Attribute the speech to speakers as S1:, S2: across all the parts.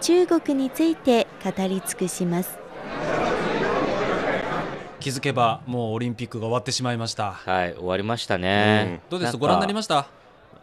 S1: 中国について語り尽くします。
S2: 気づけばもうオリンピックが終わってしまいました
S3: はい、終わりましたね。
S2: どうですご覧になりま
S3: し
S2: した
S3: た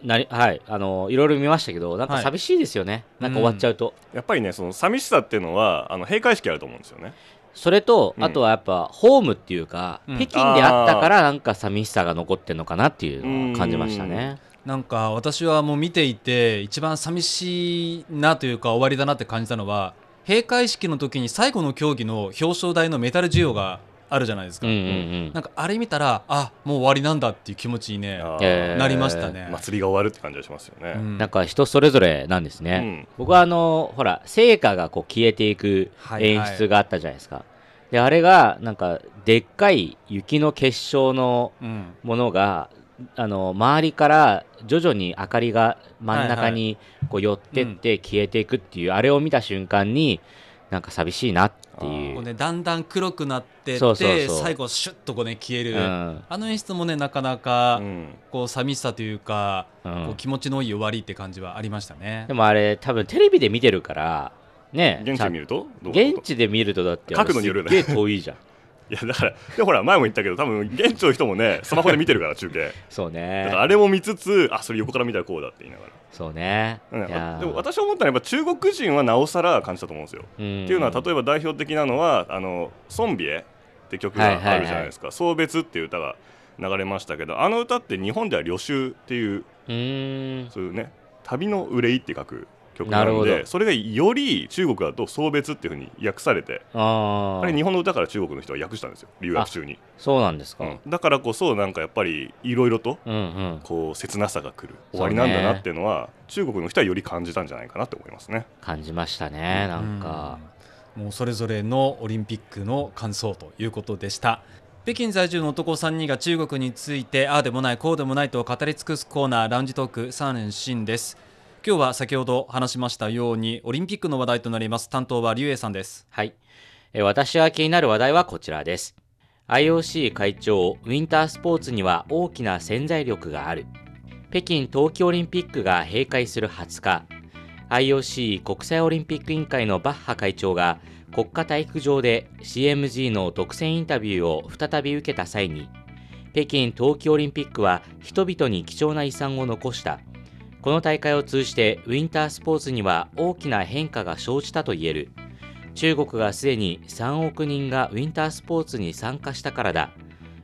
S3: なりはい、あの、いろいろ見ましたけど、なんか
S2: はい
S3: 寂しいですよね。なんか
S2: うん
S3: 終わっちゃうと。
S4: やっぱりねその寂しさっていうのはあの閉会式あると思うんですよね
S3: それと、
S4: うん
S3: あとはやっぱ、ホームっていうか、
S2: うん
S3: 北京であったから、なんか寂しさが残ってんのかなっていうのを感じましたね。
S2: なんか私はもう見ていて一番寂しいなというか終わりだなって感じたのは閉会式の時に最後の競技の表彰台のメダル授与があるじゃないです
S3: う
S2: か、
S3: んうんうん。
S2: なんかあれ見たらあもう終わりなんだっていう気持ちにね
S4: あー
S3: えー
S2: なりましたね、
S4: 祭りが終わるって感じがしますよね、
S2: うん
S3: なんか人それぞれなんです
S4: う
S3: ね。
S4: ん
S3: 僕はあの、ほら、成果がこう消えていく
S2: はい
S3: 演出があったじゃないですか。で、あれが、なんか、でっかい雪の結晶の
S2: うん
S3: ものがあの周りから徐々に明かりが真ん中にこう寄ってって消えていくっていう、あれを見た瞬間になんか寂しいなってい
S2: こ
S3: う
S2: う、ね、だんだん黒くなってって
S3: そうそうそう
S2: 最後シュッとこうね消え
S3: う
S2: る、
S3: ん
S2: あの演出もねなかな
S4: う
S2: か、
S4: ん
S2: こう寂しさというか、
S3: う、
S2: こうん気持ちのいい終わりって感じはありましたね
S3: で。もあれ多分テレビで見てるからね
S4: 現地で見るとどう
S3: ちゃん
S4: どう
S3: 現地で見るとだって
S4: 角度によるね
S3: すっげえ遠いじ ゃん
S4: いやだからでほら前も言ったけど多分現地の人もねスマホで見てるか ら中継
S3: そう
S4: だ
S3: ね
S4: からあれも見つつあそれ横から見たらこうだって言いながら
S3: そうね、
S4: うん
S3: いやー
S4: でも私思ったのはやっぱ中国人はなおさら感じたと思うんですよ、
S3: うん
S4: っていうのは例えば代表的なのは「あのソンビエ」って曲があるじゃないですか「送別」っていう歌が流れましたけどあの歌って日本では「旅愁」っていう
S3: うーん
S4: そういうね「旅の憂い」って書く曲なの
S3: なるほ
S4: で
S3: ど
S4: それがより中国だと「送別」っていうふうに訳されて
S3: あ
S4: あれ
S3: ー
S4: 日本の歌から中国の人は訳したんですよ留学中に、
S3: そうなんですか、
S4: う
S3: うん
S4: ん、だからこそなんかやっぱりいろいろと
S3: うん
S4: こう切なさが来
S3: そ
S4: る
S3: うね
S4: 終わりなんだなっていうのは中国の人はより感じたんじゃないかなって思いますね。
S3: 感じましたねなんか、
S2: うんもうそれぞれのオリンピックの感想ということでした。北京在住の男3人が中国についてああでもないこうでもないと語り尽くすコーナーラウンジトーク3連新です。今日は先ほど話しましたようにオリンピックの話題となります担当は劉英さんです。
S3: はい。えー私が気になる話題はこちらです。IOC 会長、ウィンタースポーツには大きな潜在力がある。北京冬季オリンピックが閉会する20日、IOC 国際オリンピック委員会のバッハ会長が国家体育場で CMG の独占インタビューを再び受けた際に、北京冬季オリンピックは人々に貴重な遺産を残した。この大会を通じてウィンタースポーツには大きな変化が生じたと言える。中国がすでに3億人がウィンタースポーツに参加したからだ。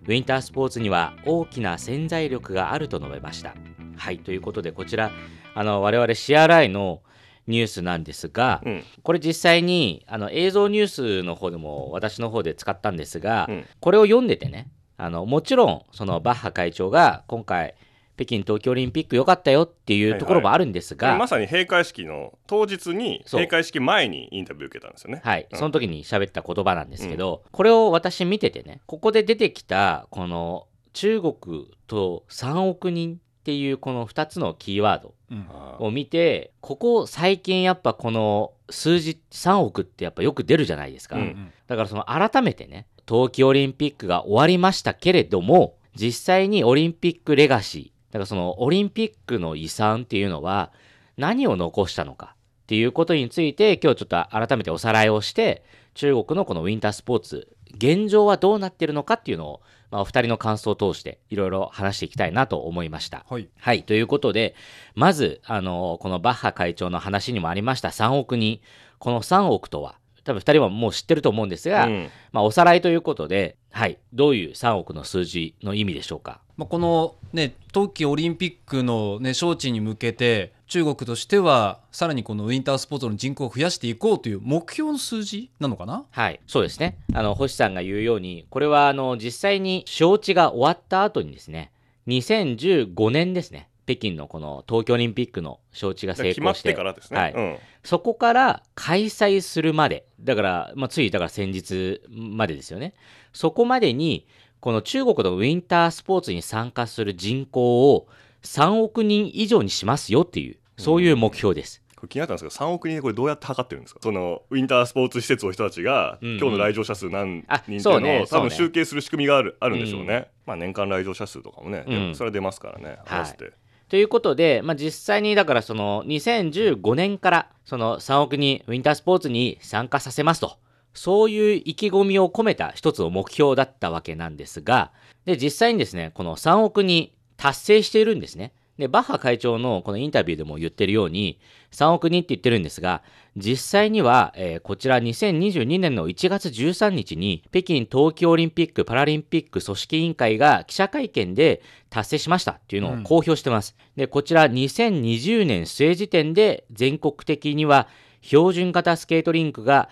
S3: ウィンタースポーツには大きな潜在力があると述べました。はい、ということでこちら、あの我々 CRI のニュースなんですが、
S4: うん
S3: これ実際にあの映像ニュースの方でも私の方で使ったんですが、
S4: うん
S3: これを読んでてね、あのもちろんそのバッハ会長が今回、北京冬季オリンピック良かったよっていうところもあるんですが、
S4: まさに閉会式の当日に
S3: そう
S4: 閉会式前にインタビュー受けたんですよね。
S3: はい、
S4: うん
S3: その時に喋った言葉なんですけど、これを私見ててねここで出てきたこの中国と3億人っていうこの2つのキーワード
S4: あー
S3: を見てここ最近やっぱこの数字3億ってやっぱよく出るじゃないですか、
S4: うん
S3: だからその改めてね冬季オリンピックが終わりましたけれども実際にオリンピックレガシーだからそのオリンピックの遺産っていうのは何を残したのかっていうことについて今日ちょっと改めておさらいをして中国のこのウィンタースポーツ現状はどうなってるのかっていうのを、まあ、お二人の感想を通していろいろ話していきたいなと思いました。
S2: はい。
S3: はい。ということで、まず、あの、このバッハ会長の話にもありました3億人。この3億とは、多分2人はもう知ってると思うんですが、
S4: うん
S3: まあ、おさらいということで、はい。どういう3億の数字の意味でしょうか。
S2: まあ、この、ね、冬季オリンピックの、ね、招致に向けて中国としてはさらにこのウィンタースポーツの人口を増やしていこうという目標の数字なのかな
S3: はい。そうですね。あの、星さんが言うように、これは、あの、実際に招致が終わった後にですね、2015年ですね。北京のこの東京オリンピックの招致が成
S4: 決ま
S3: 功
S4: っ
S3: してて
S4: からですね、
S3: はい
S4: うん
S3: そこから開催するまで、だから、まあ、ついだから先日までですよね。そこまでに、この中国のウィンタースポーツに参加する人口を3億人以上にしますよっていう、そういう目標です。
S4: これ気になったんですけど3億人でこれどうやって測ってるんですかそのウィンタースポーツ施設の人たちが、
S3: うんうん
S4: 今日の来場者数何人
S3: あ
S4: っていう
S3: そう
S4: のを
S3: ね
S4: 多
S3: そう
S4: 分
S3: ね
S4: 集計する仕組みがあるあるんでしょうね、
S3: うん
S4: まあ、年間来場者数とかもね、
S3: うん
S4: それは出ますからね
S3: はい
S4: 合わせて、
S3: ということで、まあ、実際にだからその2015年からその3億人ウィンタースポーツに参加させますと。そういう意気込みを込めた一つの目標だったわけなんですが、で、実際にですね、この3億人達成しているんですね。で、バッハ会長のこのインタビューでも言ってるように、3億人って言ってるんですが、実際には、えーこちら2022年の1月13日に、北京冬季オリンピック・パラリンピック組織委員会が記者会見で達成しましたっていうのを公表してます。で、こちら2020年末時点で全国的には標準型スケートリンクが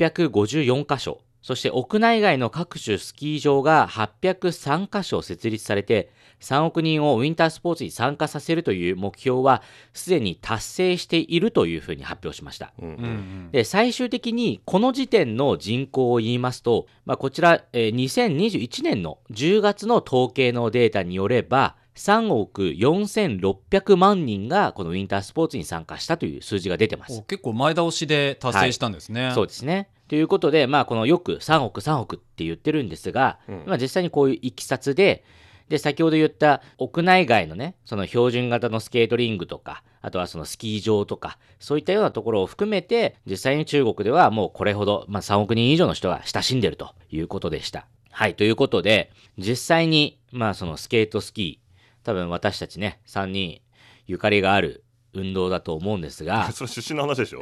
S3: 654箇所、そして屋内外の各種スキー場が803箇所設立されて、3億人をウィンタースポーツに参加させるという目標は、すでに達成しているというふうに発表しました。
S4: うんうん
S2: うん
S3: で最終的にこの時点の人口を言いますと、まあ、こちら、えー2021年の10月の統計のデータによれば3億4600万人がこのウィンタースポーツに参加したという数字が出てま
S2: お
S3: す。
S2: 結構前倒しで達成したんですね。
S3: そうですねということで、まあ、このよく3億3億って言ってるんですが、
S4: うん、
S3: まあ、実際にこういういきさつでで先ほど言った屋内外のねその標準型のスケートリングとかあとはそのスキー場とかそういったようなところを含めて実際に中国ではもうこれほど、まあ、3億人以上の人が親しんでるということでした。はいということで実際に、まあ、そのスケートスキー多分私たちね3人ゆかりがある運動だと思うんですが
S4: それ出身の話でしょ、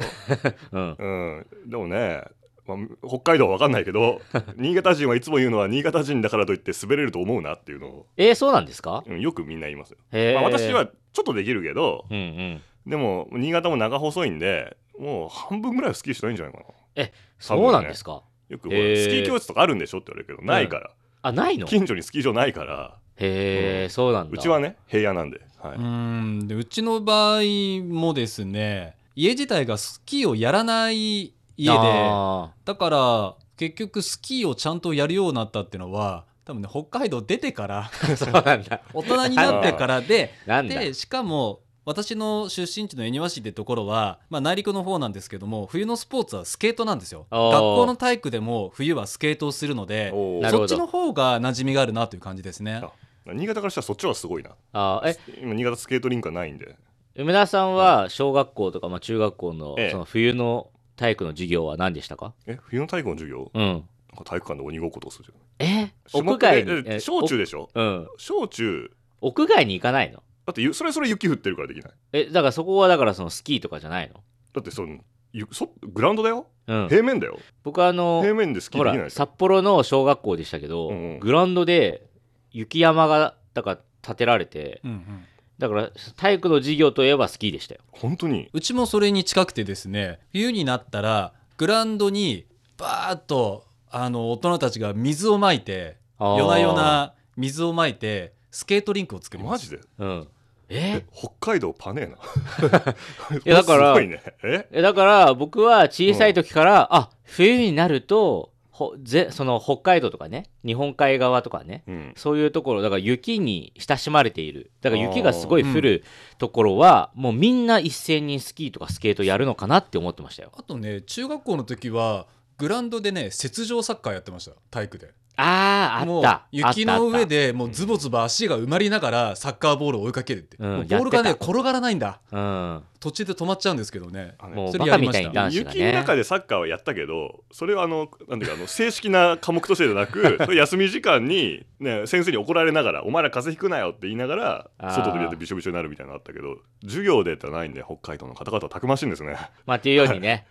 S3: うん、
S4: うん、でもね、まあ、北海道は分かんないけ ど新潟人はいつも言うのは新潟人だからといって滑れると思うなっていうのを、
S3: えーそうなんですか、
S4: うんよくみんな言いますよ、
S3: へー
S4: まあ、私はちょっとできるけど
S3: うんうん、
S4: でも新潟も長細いんでもう半分ぐらいはスキーしないんじゃないかな
S3: そうなんですか、
S4: よくほら、
S3: へー
S4: スキー教室とかあるんでしょって言われるけどないから、
S3: あないのへ
S4: 近所にスキー場ないから
S3: え、
S4: うん
S3: そうなん
S4: う
S3: だ
S4: ちはね平野なんで、はい
S2: うんでうちの場合もですね家自体がスキーをやらない家で
S3: あ
S2: だから結局スキーをちゃんとやるようになったっていうのは多分ね北海道出てから
S3: ー そうなんだ
S2: 大人になってからで
S3: なんだ
S2: でしかも私の出身地の恵庭市ってところは、まあ、内陸の方なんですけども冬のスポーツはスケートなんですよ
S3: あー
S2: 学校の体育でも冬はスケートをするので
S4: おー
S3: なるほど
S2: そっちの方が馴染みがあるなという感じですね
S4: あ新潟からしたらそっちはすごいな
S3: あーえ
S4: 今新潟スケートリンクはないんで
S3: 梅田さんは小学校とか、まあ、中学校の
S4: ええ
S3: その冬の体育の授業は何でしたか
S4: え冬の体育の授業
S3: うん
S4: なんか体育館で鬼ごっことかするじ
S3: え
S4: ゃん
S3: 屋外
S4: 種
S3: に
S4: 目で
S3: え
S4: え小中
S3: で
S4: でしょ
S3: うん
S4: 小中
S3: 屋外に行かないの
S4: だってゆそれそれ雪降ってるからできない
S3: えだからそこはだからそのスキーとかじゃないの
S4: だってそのゆそグラウンドだよ
S3: うん
S4: 平面だよ
S3: 僕はあの
S4: 平面でスキー
S3: ほ
S4: できない
S3: ら
S4: でしょ
S3: 札幌の小学校でしたけど、
S4: うんうん
S3: グラウンドで雪山がだから建てられて
S2: うんうん
S3: だから体育の授業といえばスキーでしたよ
S4: 本当に
S2: うちもそれに近くてですね冬になったらグラウンドにバーッとあの大人たちが水をまいて
S3: あー
S2: 夜な夜な水をまいてスケートリンクを作りま
S4: マ
S2: す
S4: ジで
S3: うん。え
S4: え北海道パネーな
S3: いやだから
S4: すごいねえ
S3: えだから僕は小さい時から、あ冬になるとほぜその北海道とかね日本海側とかね
S4: うん
S3: そういうところだから雪に親しまれているだから雪がすごい降るところは、もうみんな一斉にスキーとかスケートやるのかなって思ってましたよ
S2: あとね中学校の時はグラウンドでね雪上サッカーやってました体育で
S3: あーあ
S2: も
S3: っ
S2: う
S3: た
S2: 雪
S3: あったあ
S2: の
S3: った
S2: 上でもうズボズボ足が埋まりながらサッカーボールを追いかけるって、
S3: うん
S2: もうボールがね
S3: やって
S2: 転がらないんだ
S3: うん
S2: 途中で止まっちゃうんですけどね
S4: あのね
S3: もう
S2: それ
S3: バ
S2: や
S3: カ
S2: り
S3: み
S2: ま
S3: た
S2: した
S3: いに男子が
S4: 雪の
S3: ね
S4: 中でサッカーはやったけどそれはあのなんていうかあの正式な科目としてじゃ なくそれ休み時間に、ね、先生に怒られながら「お前ら風邪ひくなよ」って言いなが
S3: あ
S4: ら
S3: ー
S4: 外でやってびしょびしょになるみたいなのあったけど授業でってないんで北海道の方々はたくましいんですね。
S3: まあっていうようにね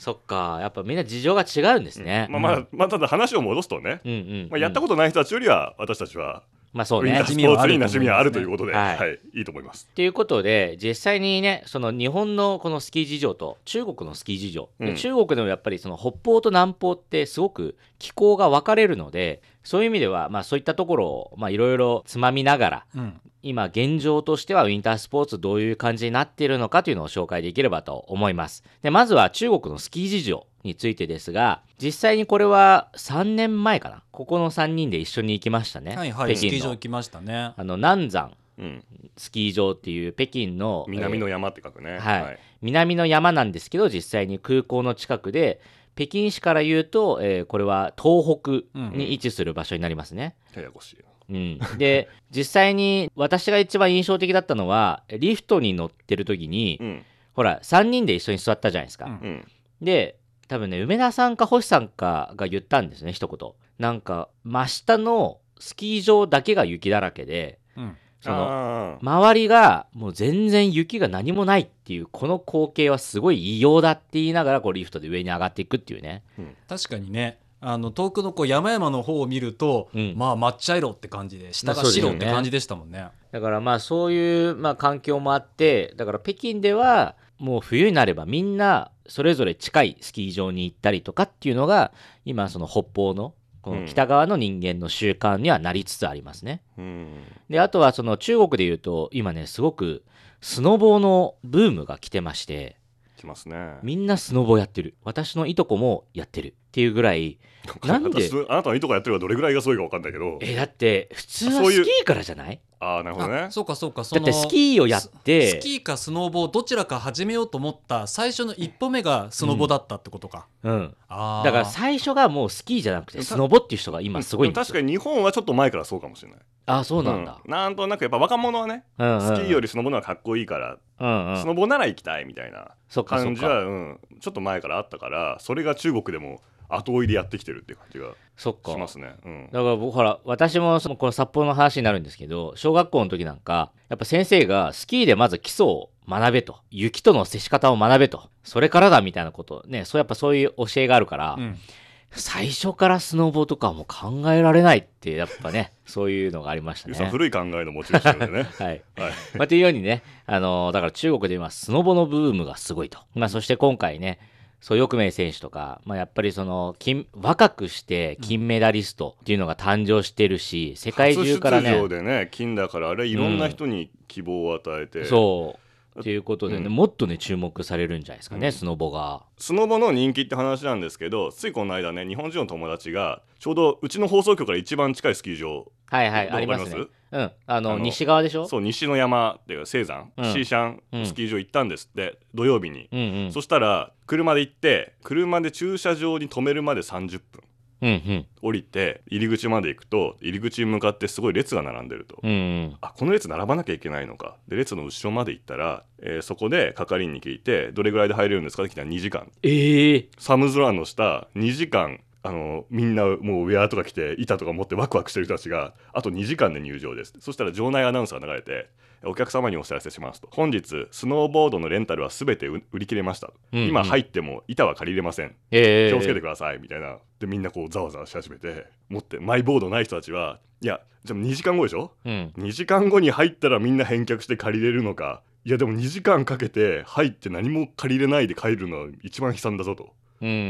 S3: そっかやっぱみんな事情が違うんですね、
S4: まあまあまあ、ただ話を戻すとね、
S3: うんうん、
S4: まあ、やった
S3: こ
S4: ことない人たちよりは私たちは
S3: とまあそ
S4: ウ
S3: う
S4: ィンタ
S3: ね
S4: ースポーツに馴染みはあると
S2: ね
S4: いうことで、
S3: はい
S4: はい、いいと思います。
S3: ということで実際にねその日本のこのスキー事情と中国のスキー事情、で
S4: うん
S3: 中国でもやっぱりその北方と南方ってすごく気候が分かれるのでそういう意味では、まあ、そういったところをまあいろいろつまみながら
S2: うん、
S3: 今現状としてはウィンタースポーツどういう感じになっているのかというのを紹介できればと思いますでまずは中国のスキー事情についてですが実際にこれは3年前かなここの3人で一緒に行きましたね、
S2: はいはいスキ
S3: 北
S2: ー
S3: 京
S2: 場
S3: の
S2: 行きましたね
S3: あの南山
S4: うん、
S3: スキー場っていう北京の
S4: 南
S3: えー
S4: の山って書くね、
S3: はい南の山なんですけど実際に空港の近くで北京市から言うと、えーこれは東北に位置する場所になりますね、
S4: ややこしい
S3: うん、で実際に私が一番印象的だったのはリフトに乗ってる時に、
S4: うん
S3: ほら3人で一緒に座ったじゃないですか、
S2: うん
S4: うん
S3: で多分ね梅田さんか星さんかが言ったんですね一言なんか真下のスキー場だけが雪だらけで
S2: うん
S3: その
S4: あー
S3: 周りがもう全然雪が何もないっていうこの光景はすごい異様だって言いながらこうリフトで上に上がっていくっていうね
S2: 確かにねあの遠くのこう山々の方を見ると、
S3: うん
S2: まあ抹茶色って感じで下
S3: ま
S2: が
S3: あそうですよ
S2: 白
S3: ね
S2: って感じでしたもんね,、
S3: だからまあそういうまあ環境もあってだから北京ではもう冬になればみんなそれぞれ近いスキー場に行ったりとかっていうのが今その北方のこの北側の人間の習慣にはなりつつありますね。
S4: うん
S3: であとはその中国でいうと今ねすごくスノボーのブームが来てまして。
S4: きますね
S3: みんなスノボやってる私のいとこもやってるっていうぐらい なんで
S4: 私あなたのいとこやってるがどれぐらいがそういうか分かんないけど
S3: えだって普通は
S4: そうい
S3: ス
S4: う
S3: キーからじゃない
S4: ああなるほどね
S2: あそうかそうかそ
S3: だ
S2: の
S3: ってスキーをやって
S2: スキーかスノーボーどちらか始めようと思った最初の一歩目がスノボだったってことか、
S3: うん、
S2: あ
S3: だ
S2: あ
S3: から最初がもうスキーじゃなくてスノボっていう人が今すごいん
S4: で
S3: で
S4: も
S3: す
S4: 確
S3: よ
S4: かに日本はちょっと前からそうかもしれない
S3: あそうなんだ、
S4: うんなんとなくやっぱ若者はね
S3: うんうん
S4: スキーよ
S3: り、
S4: りスノボの方がかっこいいから、
S3: うんうん、
S4: スノボなら行きたいみたいな
S3: そっかそっ
S4: 感じ
S3: か
S4: は、うん、ちょっと前からあったからそれが中国でも後追いでやってきてるって感じが
S3: そっか
S4: しますね。うん、
S3: だから僕ほら私もそのこの札幌の話になるんですけど小学校の時なんかやっぱ先生がスキーでまず基礎を学べと雪との接し方を学べとそれからだみたいなことねそうやっぱそういう教えがあるから、
S2: うん
S3: 最初からスノボとかはもう考えられないってやっぱね そういうのがありました
S4: ゆうさん
S3: ね。。
S4: 古い考えの持ち主なんでね
S3: はい
S4: はい、
S3: まあ、というようにね、あのーだから中国で今スノボのブームがすごいと、まあ、そして今回ね蘇翊鳴選手とか、まあ、やっぱりその金若くして金メダリストっていうのが誕生してるし、世界
S4: 初
S3: 中
S4: 出
S3: からね
S4: 場でね金だからあれいろんな人に希望を与えて、
S3: そうということでね、
S4: うん
S3: もっとね注目されるんじゃないですかね、
S4: うん
S3: スノボが。
S4: スノボの人気って話なんですけどついこの間ね日本人の友達がちょうどうちの放送局から一番近いスキー場
S3: はいはい
S4: どう
S3: ありますね
S4: わか。
S3: うん、あの
S4: あの
S3: 西側でしょ
S4: そう西の山っていうか青山、
S3: うん
S4: シーシャ
S3: うん
S4: ンスキー場行ったんですって、土曜日に、
S3: うんうん
S4: そしたら車で行って車で駐車場に止めるまで30分
S3: うんうん
S4: 降りて入り口まで行くと入り口に向かってすごい列が並んでると、
S3: うんうん
S4: あこの列並ばなきゃいけないのかで列の後ろまで行ったら、えーそこで係員に聞いてどれぐらいで入れるんですかって聞いたら2時間
S3: ええ
S4: 寒空の下2時間あのみんなもうウェアとか着て板とか持ってワクワクしてる人たちがあと2時間で入場ですそしたら場内アナウンスが流れてお客様にお知らせしますと本日スノーボードのレンタルは全て売売り切れました、
S3: うんうん
S4: 今入っても板は借りれません
S3: ええ
S4: 気をつけてくださいみたいなでみんなこうざわざわし始めて持ってマイボードない人たちはいやじゃあ2時間後でしょ
S3: うん、
S4: 2時間後に入ったらみんな返却して借りれるのかいやでも2時間かけて入って何も借りれないで帰るのは一番悲惨だぞと、
S3: うんうんうん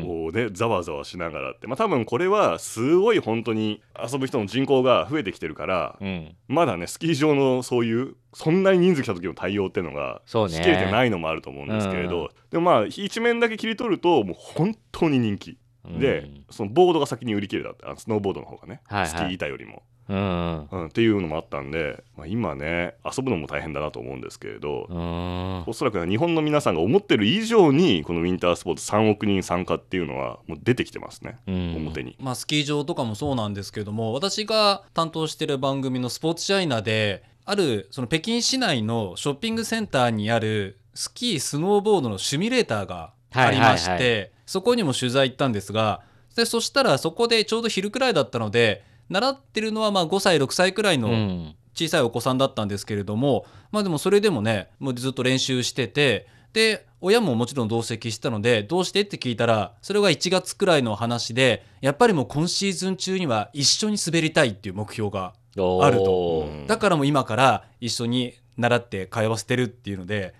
S3: うん
S4: こうねざわざわしながらってまあ多分これはすごい本当に遊ぶ人の人口が増えてきてるから、
S3: うん
S4: まだねスキー場のそういうそんなに人数来た時の対応っていうのが
S3: そう
S4: し
S3: ね
S4: きれてないのもあると思うんですけれど、でもまあ一面だけ切り取るともう本当に人気で、そのボードが先に売り切れたってあのスノーボードの方がね、
S3: はいはい
S4: スキー板よりも。
S3: うんうん
S4: うん、っていうのもあったんで、まあ、今ね遊ぶのも大変だなと思うんですけれど、
S3: うん
S4: おそらくね日本の皆さんが思ってる以上にこのウィンタースポーツ3億人参加っていうのはもう出てきてますね、
S3: うん
S4: 表に。
S2: まあ、スキー場とかもそうなんですけれども私が担当してる番組のスポーツシャイナであるその北京市内のショッピングセンターにあるスキースノーボードのシミュレーターがありまして、
S3: はいは
S2: そこにも取材行ったんですがでそしたらそこでちょうど昼くらいだったので習ってるのはまあ5歳6歳くらいの
S3: うん
S2: 小さいお子さんだったんですけれどもまあでもそれでもねもうずっと練習しててで親ももちろん同席したのでどうしてって聞いたらそれが1月くらいの話でやっぱりもう今シーズン中には一緒に滑りたいっていう目標が
S3: おー
S2: あると
S4: うん
S2: だからもう今から一緒に習って通わせてるっていうので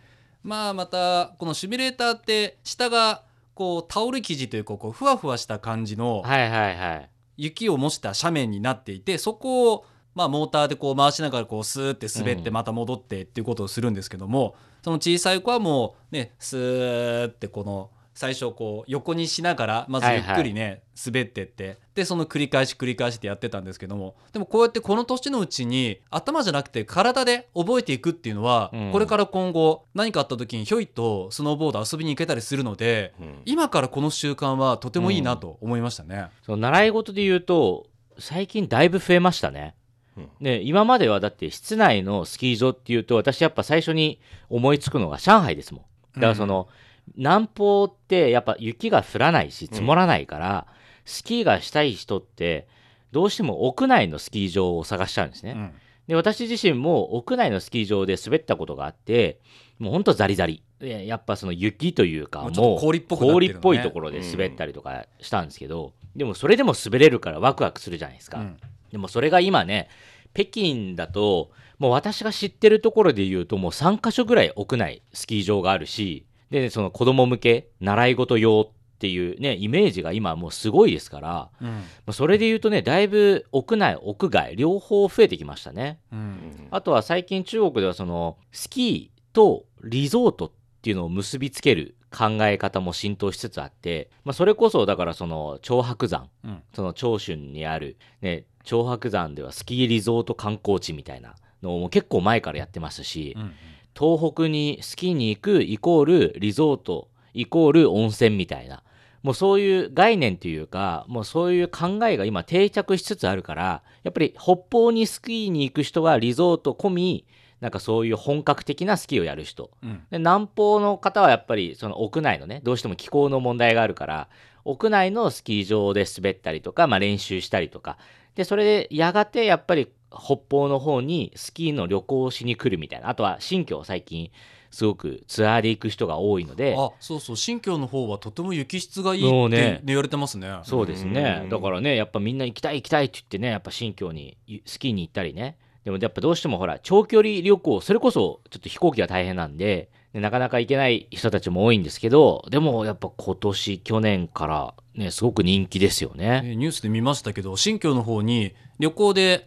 S2: まあまたこのシミュレーターって下がこうタオル生地というかこうふわふわした感じの
S3: はいはいはい
S2: 雪を模した斜面になっていてそこをまあモーターでこう回しながらこうスーって滑っ
S3: う
S2: て
S3: ん
S2: また戻ってっていうことをするんですけども、その小さい子はもうねスーってこの最初こう横にしながらまずゆっくりね、滑ってってでその繰り返し繰り返しってやってたんですけどもでもこうやってこの年のうちに頭じゃなくて体で覚えていくっていうのは、
S3: うん
S2: これから今後何かあった時にひょいとスノーボード遊びに行けたりするので
S4: うん
S2: 今からこの習慣はとてもいいなと思いましたね。
S3: その習い事で言うと最近だいぶ増えましたね
S4: うん
S3: ね、今まではだって室内のスキー場っていうと私やっぱ最初に思いつくのが上海ですもんだからその、南方ってやっぱ雪が降らないし積もらないから、スキーがしたい人ってどうしても屋内のスキー場を探しちゃうんですね、
S2: うん
S3: で私自身も屋内のスキー場で滑ったことがあってもうほんとザリザリでやっぱその雪というか
S2: も
S3: も
S2: う
S3: う
S2: ちょっと氷っぽくなってる
S3: 氷
S2: よね
S3: っぽいところで滑ったりとかしたんですけど、でもそれでも滑れるからワクワクするじゃないですか、
S2: うん
S3: でもそれが今ね北京だともう私が知ってるところで言うともう3カ所ぐらい屋内スキー場があるしでその子供向け習い事用っていうねイメージが今もうすごいですからま
S2: うん
S3: あそれで言うとねだいぶ屋内屋外両方増えてきましたね
S2: うん
S3: あとは最近中国ではそのスキーとリゾートっていうのを結びつける考え方も浸透しつつあって、まあ、それこそだからその長白山、
S2: うん
S3: その長春にある、ね、長白山ではスキーリゾート観光地みたいなのをもう結構前からやってますし、
S2: うん
S3: 東北にスキーに行くイコールリゾートイコール温泉みたいなもうそういう概念というかもうそういう考えが今定着しつつあるからやっぱり北方にスキーに行く人はリゾート込みなんかそういう本格的なスキーをやる人
S2: うん
S3: で南方の方はやっぱりその屋内のねどうしても気候の問題があるから屋内のスキー場で滑ったりとか、まあ、練習したりとかでそれでやがてやっぱり北方の方にスキーの旅行をしに来るみたいなあとは新疆最近すごくツアーで行く人が多いので
S2: あそうそう新疆の方はとても雪質がいい
S3: も
S2: っ
S3: う
S2: て、
S3: ね
S2: ね言われてますね。
S3: そうです
S4: う
S3: ね
S4: ん
S3: だからねやっぱみんな行きたい行きたいって言ってねやっぱ新疆にいスキーに行ったりねでもやっぱどうしてもほら長距離旅行それこそちょっと飛行機が大変なんででなかなか行けない人たちも多いんですけどでもやっぱ今年去年からねすごく人気ですよね
S2: えーニュースで見ましたけど新疆の方に旅行で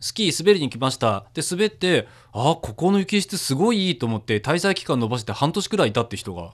S2: スキー滑りに来ましたで滑ってあーここの雪質すごいいいと思って滞在期間延ばして半年くらいいたって人 が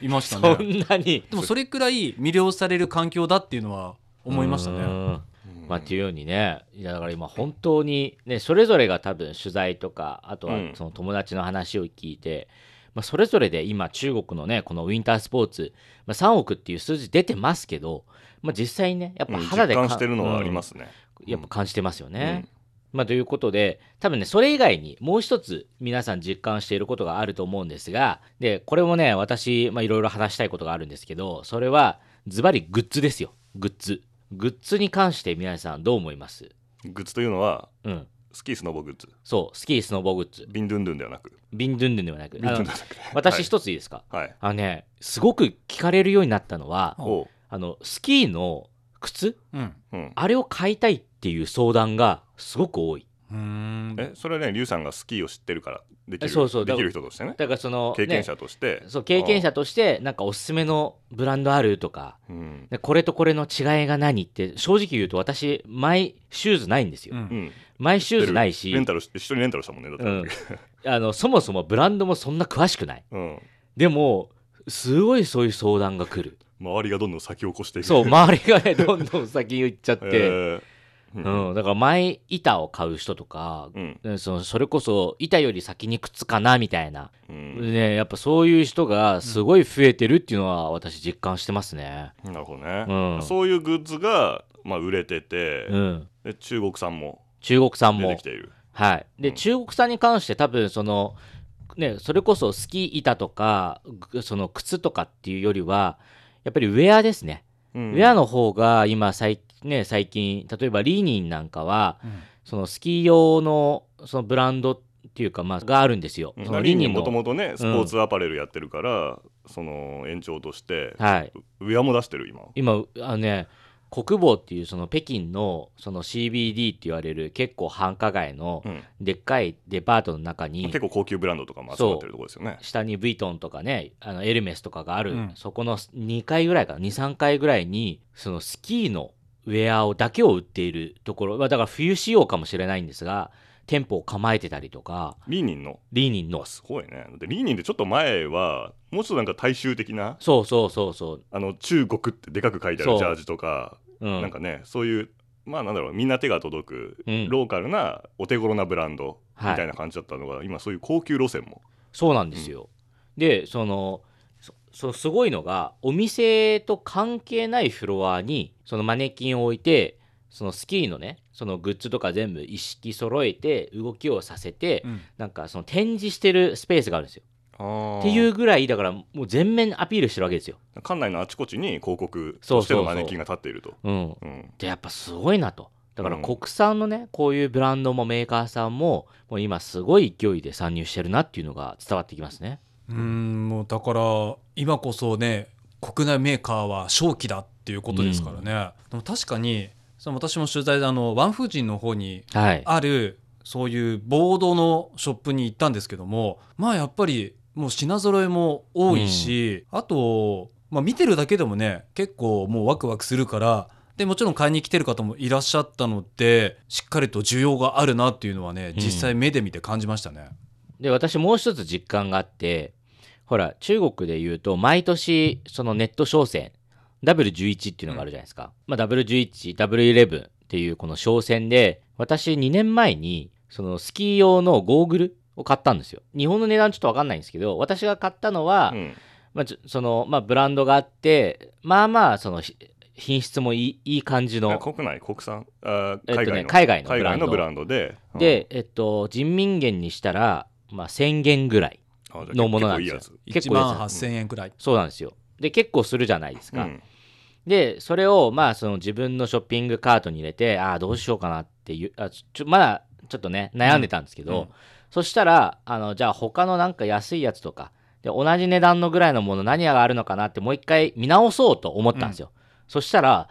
S2: いました
S3: そ
S2: ね
S3: んなに
S2: でもそれくらい魅了される環境だっていうのは思いました
S3: う
S2: ね
S3: んまあ、っていうようにねいやだから今本当に、ね、それぞれが多分取材とかあとは
S4: うん
S3: その友達の話を聞いて、まあ、それぞれで今中国のねこのウィンタースポーツ、まあ、3億っていう数字出てますけど、まあ、実際にねやっ
S4: うん
S3: ぱ肌
S4: 実
S3: でか
S4: 感してるのはありま、すね。
S3: うんやっぱ感じてますよね。まあ、ということで多分ねそれ以外にもう一つ皆さん実感していることがあると思うんですがでこれもね私まあいろいろ話したいことがあるんですけどそれはズバリグッズですよグッズグッズに関して皆さんどう思います
S4: グッズというのは
S3: うん
S4: スキースノボグッズ
S3: そうスキースノボグッズ
S4: ビンドゥンドゥンではなく
S3: ビンドゥンドゥンではなく
S4: ビンドゥ
S3: あ
S4: ン
S3: の
S4: ドゥンではなくね
S3: 私一ついいですか、
S4: はい、はい、
S3: あのねすごく聞かれるようになったのは
S4: おう、
S3: あのスキーの靴
S2: うん
S4: うん、
S3: あれを買いたいっていう相談がすごく多い
S2: うん
S4: えそれはねリュウさんがスキーを知ってるからでき
S3: え
S4: る
S3: そうそう
S4: できる人としてね
S3: だからその
S4: 経験
S3: ね
S4: 者として、
S3: そう経験者としてなんかおすすめのブランドあるとか
S4: うん、
S3: でこれとこれの違いが何って正直言うと私マイシューズないんですよ、
S2: う
S4: うんん、
S3: マイシューズないし
S4: レンタルし一緒にレンタルしたもんねだって、
S3: うんあのそもそもブランドもそんな詳しくない
S4: うん
S3: でもすごいそういう相談が来る
S4: 周りがどんどん先を越していく
S3: そう周りがねどんどん先に行っちゃって、
S4: えーうん
S3: うん、だから前板を買う人とか、
S4: うん
S3: ねそのそれこそ板より先に靴かなみたいな、
S4: うん
S3: ね、やっぱそういう人がすごい増えてるっていうのは私実感してますね。
S4: なるほどね、
S3: うん
S4: そういうグッズが、まあ、売れてて、
S3: うん
S4: で中国産も
S3: 中国産
S4: 出て
S3: も
S4: き。ている
S3: はい、で、
S4: うん
S3: 中国産に関して多分その、ね、それこそスキー板とかぐその靴とかっていうよりはやっぱりウェアですね、
S4: ウ
S3: ウェアの方が今最,、ね、最近例えばリーニンなんかはそのスキー用のそのブランドっていうか、まあ、があるんですよ。その
S4: リーニン
S3: も
S4: もともとねスポーツアパレルやってるから、その延長として、
S3: はい、
S4: ウェアも出してる今
S3: 今あのね国防っていうその北京のその CBD って言われる結構繁華街の
S4: うん
S3: でっかいデパートの中に、
S4: 結構高級ブランドとかも集まってるとこですよね
S3: 下にヴィトンとかねあのエルメスとかがある、
S2: うん
S3: そこの2階ぐらいかな23階ぐらいにそのスキーのウウェアをだけを売っているところ、まあ、だから冬仕様かもしれないんですが店舗を構えてたりとか
S4: リーニンの
S3: リーニンの
S4: すごいねでリーニンってちょっと前はもうちょっとなんか大衆的な
S3: そうそうそうそう、
S4: あの中国ってでかく書いてあ
S3: そ
S4: る
S3: う
S4: ジャージとか、
S3: うん、
S4: なんかねそういうまあなんだろうみんな手が届く、
S3: うん
S4: ローカルなお手頃なブランドみ
S3: はい
S4: たいな感じだったのが、今そういう高級路線も
S3: そうなんですよ。でそのそそすごいのがお店と関係ないフロアにそのマネキンを置いてそのスキーのねそのグッズとか全部一式揃えて動きをさせて、
S2: うん
S3: なんかその展示してるスペースがあるんですよ。
S4: っ
S3: っていうぐらいだからもう全面アピールしてるわけですよ。
S4: 館内のあちこちに広告
S3: そう
S4: として
S3: そうそう
S4: のマネキンが立っていると。
S3: うん、
S4: うん
S3: でやっぱすごいなと。だから
S4: うん
S3: 国産のねこういうブランドもメーカーさんももう今すごい勢いで参入してるなっていうのが伝わってきますね。
S2: うーんもうだから今こそね国内メーカーは正気だっていうことですからね、でも確かにその私も取材であのワンフージンの方に
S3: はい。
S2: あるそういうボードのショップに行ったんですけどもまあやっぱりもう品揃えも多いし、あと、まあ、見てるだけでもね結構もうワクワクするからでもちろん買いに来てる方もいらっしゃったのでしっかりと需要があるなっていうのはね
S3: ん
S2: 実際目で見て感じましたね。
S3: で私もう一つ実感があってほら中国で言うと毎年そのネット商戦 W11 っていうのがあるじゃないですか、まあ、W11W11 っていうこの商戦で私2年前にそのスキー用のゴーグルを買ったんですよ日本の値段ちょっと分かんないんですけど私が買ったのは、
S4: うん
S3: まあ、ちょそのまあブランドがあってまあまあそのひ品質もいいいい感じの
S4: 国内国産あ
S3: えっと
S4: 海外
S3: ね
S4: の
S3: 海外のブ
S4: 海
S3: ラ
S4: 外
S3: ンド
S4: のブランドで、うん
S3: で、えっと、人民元にしたら、まあ、1000元ぐらい
S4: あじゃあ
S3: のものなんですよ結
S4: 結構
S2: 1
S3: 構です
S2: 万8000円くらい、
S3: そうなんですよで結構するじゃないです
S4: いいや
S3: か、
S4: つうん
S3: でそれをまあその自分のショッピングカートに入れてああどうしようかなっていうあちょちょまだちょっとね悩んでたんですけど、
S4: うんうん
S3: そしたらあのじゃあ他のなんか安いやつとかで同じ値段のぐらいのもの何があるのかなってもう一回見直そうと思ったんですよ、そしたら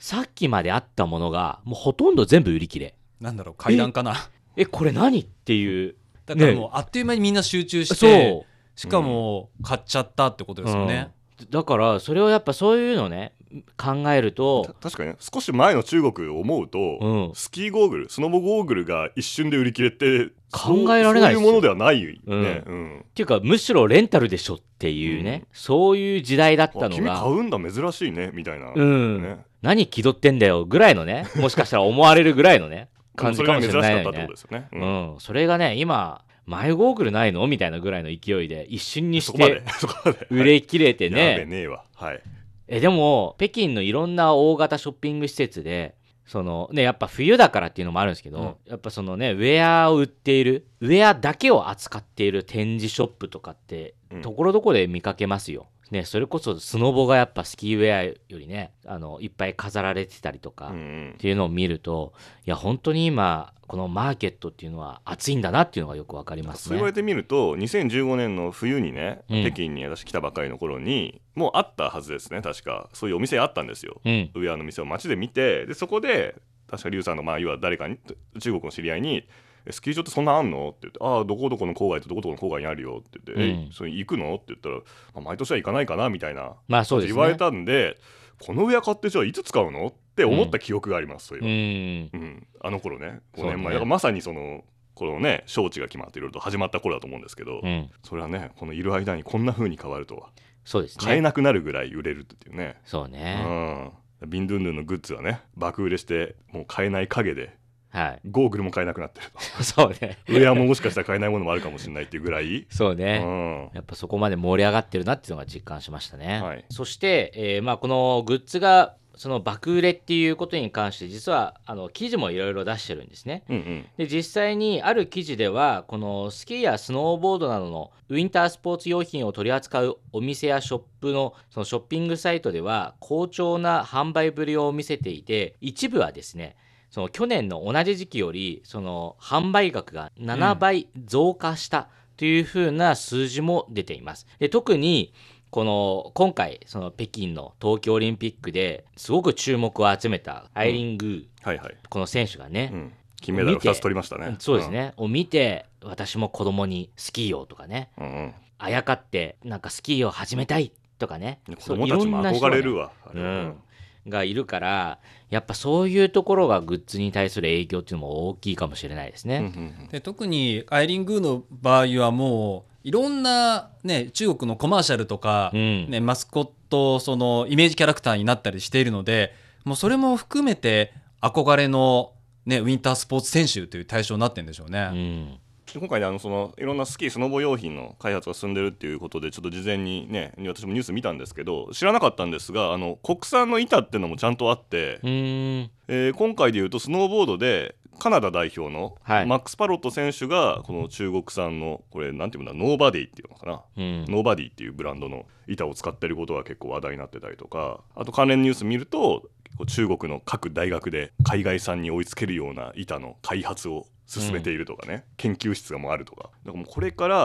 S3: さっきまであったものがもうほとんど全部売り切れ
S2: なんだろう階段かな
S3: えこれ何っていう
S2: だからもうあっという間にみんな集中し
S3: そ
S2: て、
S3: う
S2: しかも買っちゃったってことですよね。
S3: うんだからそれをやっぱそういうのね考える
S4: た
S3: と、
S4: 確かにね少し前の中国を思うと、
S3: うん
S4: スキーゴーグルスノボゴーグルが一瞬で売り切れって
S3: 考えられないっすよ
S4: そうそういうものではないよね、
S3: う
S4: うん
S3: っていうかむしろレンタルでしょっていうね、そういう時代だっ
S4: あ
S3: たの
S4: 君買
S3: が、
S4: うんだ珍しいねみたいな、
S3: うん
S4: ね、
S3: 何気取ってんだよぐらいの ねもしかしたら思われるぐらいのね感じ
S4: それ
S3: か
S4: が
S3: もし
S4: 珍し
S3: れ
S4: か
S3: な
S4: った
S3: い
S4: っ
S3: のにね
S4: てことですよね、
S3: う
S4: う
S3: ん
S4: ん
S3: それがね今前ゴーグルないのみたいなぐらいの勢いで一瞬にし
S4: そこまで
S3: て
S4: そこまで
S3: 売れ切れて
S4: はいやべ
S3: ね
S4: ねえわはい
S3: えでも北京のいろんな大型ショッピング施設でそのねやっぱ冬だからっていうのもあるんですけど、やっぱそのねウェアを売っているウェアだけを扱っている展示ショップとかって
S4: うん
S3: ところどころで見かけますよ、ねそれこそスノボがやっぱスキーウェアよりねあのいっぱい飾られてたりとか、
S4: うんう
S3: っ
S4: ん
S3: ていうのを見るといや本当に今このマーケットっていうのは熱いんだなっていうのがよくわかります
S4: そう
S3: ね
S4: 言われてみると2015年の冬にね、
S3: うん
S4: 北京に私来たばかりの頃にもうあったはずですね確かそういうお店あったんですよ
S3: うん
S4: ウェアの店を街で見てでそこで確かリュウさんのまあ要は誰かに中国の知り合いにえ「スキー場ってそんなあんの?」って言って「ああどこどこの郊外とどこどこの郊外にあるよ」って言って「
S3: うん
S4: えそれ行くの?」って言ったら、まあ毎年は行かないかなみたいな
S3: まあそうですね
S4: 言われたんでこのウェア買ってじゃあいつ使うのって思った記憶があります、そう
S3: う
S4: いえ
S3: ん
S4: ばうんあの頃ね5
S3: そうだね
S4: 年前、だからまさにそのこのね招致が決まっていろいろと始まった頃だと思うんですけど、
S3: うん
S4: それはねこのいる間にこんな風に変わるとは
S3: そうです
S4: 買え
S3: ね
S4: なくなるぐらい売れるっていうね
S3: そうね、
S4: うん、ビンドゥンドゥンのグッズはね爆売れしてもう買えない影で
S3: はい
S4: ゴーグルも買えなくなってる と
S3: そうね。
S4: ウェアももしかしたら買えないものもあるかもしれないっていうぐらい、
S3: そう
S4: う
S3: ね。
S4: ん、
S3: やっぱそこまで盛り上がってるなっていうのが実感しましたね。
S4: はい
S3: そして、えーまあ、このグッズがその爆売れっていうことに関して実はあの記事もいろいろ出してるんですね。
S4: うんうん
S3: で実際にある記事ではこのスキーやスノーボードなどのウィンタースポーツ用品を取り扱うお店やショップのそのショッピングサイトでは好調な販売ぶりを見せていて一部はですねその去年の同じ時期よりその販売額が7倍増加したというふうな数字も出ています。で特にこの今回その北京の東京オリンピックですごく注目を集めたアイリン・グー、
S4: はいはい、
S3: この選手がね、
S4: うん、金メダル2つ取りましたね
S3: そうです、ね、を見て私も子供にスキーをとかね
S4: うんうん
S3: あやかってなんかスキーを始めたいとかね
S4: うん、子
S3: そう
S4: 供たちも憧れる
S3: い
S4: わ、あ
S3: ろ
S4: れ
S3: んな人がね、うん、がいるからやっぱそういうところがグッズに対する影響っていうのも大きいかもしれないですね。
S2: で特にアイリングーの場合はもういろんな、ね、中国のコマーシャルとか、
S3: うん
S2: ね、マスコットそのイメージキャラクターになったりしているのでもうそれも含めて憧れの、ね、ウィンタースポーツ選手という対象になってるんでしょうね。
S3: うん
S4: で今回ねあのそのいろんなスキースノボ用品の開発が進んでるっていうことでちょっと事前にね私もニュース見たんですけど知らなかったんですがあの国産の板ってのもちゃんとあって、
S3: うーん
S4: えー今回でいうとスノーボードでカナダ代表の
S3: はい
S4: マックス・パロット選手がこの中国産のこれなんていうんだノーバディっていうのかな、
S3: うん
S4: ノーバディっていうブランドの板を使ってることが結構話題になってたりとかあと関連ニュース見るとこう中国の各大学で海外産に追いつけるような板の開発を進めているとかね、研究室がもうあるとかだからもうこれから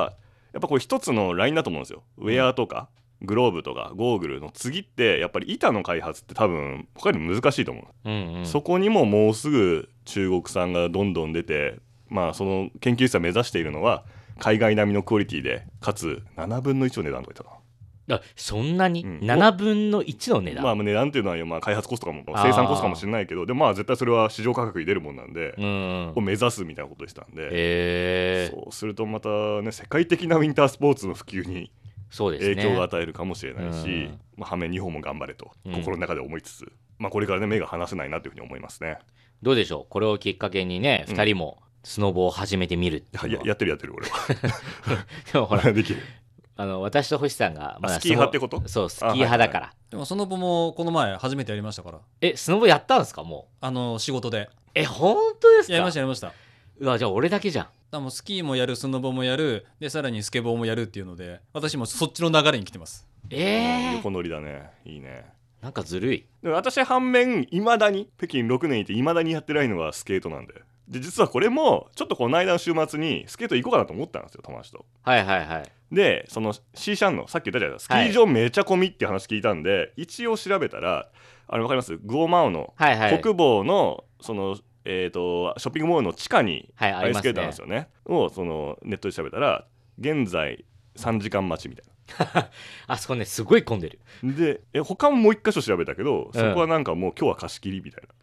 S4: やっぱこれ一つのラインだと思うんですよウェアとか、グローブとかゴーグルの次ってやっぱり板の開発って多分他にも難しいと思う
S3: うんうん
S4: そこにももうすぐ中国産がどんどん出て、まあ、その研究室が目指しているのは海外並みのクオリティでかつ7分の1の値段とか言って
S3: あそんなに、
S4: うん
S3: 7分の1の値段、
S4: たな、まあ、値段っていうのは、まあ、開発コストとかも
S3: あー
S4: 生産コストかもしれないけどでもまあ絶対それは市場価格に出るもんなんで、
S3: うん
S4: を目指すみたいなことでしたんで、
S3: へえ
S4: そうするとまたね世界的なウィンタースポーツの普及に
S3: そうですね
S4: 影響を与えるかもしれないし、
S3: うん
S4: まあ、反面日本も頑張れと
S3: うん
S4: 心の中で思いつつ、まあ、これからね目が離せないなというふうに思いますね。
S3: どうでしょうこれをきっかけにね、
S4: うん
S3: 2人もスノボを始めてみるっていう
S4: や
S3: の
S4: や
S3: は
S4: やってるやってる俺は。
S3: で もほら
S4: できる
S3: あの私と星さんがまだ
S4: あスキー派ってこと
S3: そうスキー派だから、
S2: でもその後もこの前初めてやりましたから
S3: えスノボやったんですかも
S2: あの仕事で
S3: うえ本当ですか
S2: やりましたやりましただか
S3: うわじゃあ俺だけじゃん
S2: らもうスキーもやるスノボもやるでさらにスケボーもやるっていうので私もそっちの流れに来てます
S3: ええ
S4: 横乗りだねいいね
S3: なんかずるい
S4: でも私反面いまだに北京6年いていまだにやってないのがスケートなんでで実はこれもちょっとこの間の週末にスケート行こうかなと思ったんですよ友達と
S3: はいはいはい
S4: でそのシーシャンのさっき言ったじゃないですかス
S3: はい
S4: キー場めちゃ混みって話聞いたんで、一応調べたらあれわかりますグオマオの
S3: はいはい
S4: 国防のその、えー、とショッピングモールの地下に
S3: はいあ
S4: ア
S3: り
S4: イ
S3: ま
S4: ススケ
S3: す
S4: ーターな
S3: ね
S4: んですよねをそのネットで調べたら現在3時間待ちみたいな
S3: あそこねすごい混んでる
S4: でえ他ももう一箇所調べたけどそこはなんかもう今日は貸し切りみたいな、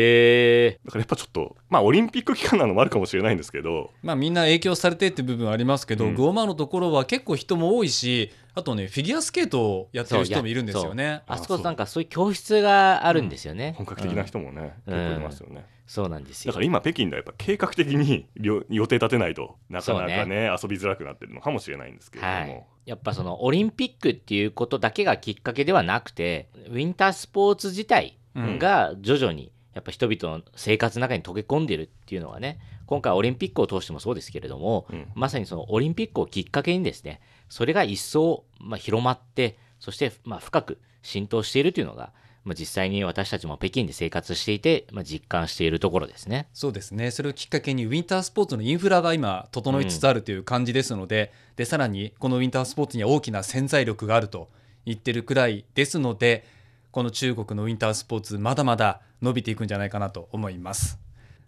S3: え
S4: だからやっぱちょっとまあオリンピック期間なのもあるかもしれないんですけど
S2: まあみんな影響されてって部分ありますけど、
S4: うん
S2: グオマのところは結構人も多いしあとねフィギュアスケートをやってる人もいるんですよね
S3: ー、
S4: あ
S3: あそこなんかそういう教室があるんですよね、
S4: 本格的な人もね、
S3: うん
S4: 結構いますよね、
S3: そうなんです
S4: だ
S3: よ
S4: から今北京ではやっぱ計画的に予予定立てないとなかなか
S3: そ
S4: ね
S3: う
S4: 遊びづらくなってるのかもしれないんですけれども、
S3: はい、やっぱそのオリンピックっていうことだけがきっかけではなくてウィンタースポーツ自体
S2: うん
S3: が徐々にやっぱ人々の生活の中に溶け込んでるっていうのはね今回オリンピックを通してもそうですけれども、
S4: うん
S3: まさにそのオリンピックをきっかけにですねそれが一層、まあ、広まってそしてまあ深く浸透しているというのが、まあ、実際に私たちも北京で生活していて、まあ、実感しているところですね。
S2: そうですねそれをきっかけにウィンタースポーツのインフラが今整いつつあるという感じですので,、でさらにこのウィンタースポーツには大きな潜在力があると言ってるくらいですのでこの中国のウィンタースポーツまだまだ伸びていくんじゃないかなと思います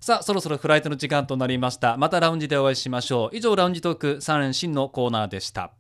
S2: さあそろそろフライトの時間となりましたまたラウンジでお会いしましょう以上ラウンジトーク3連新のコーナーでした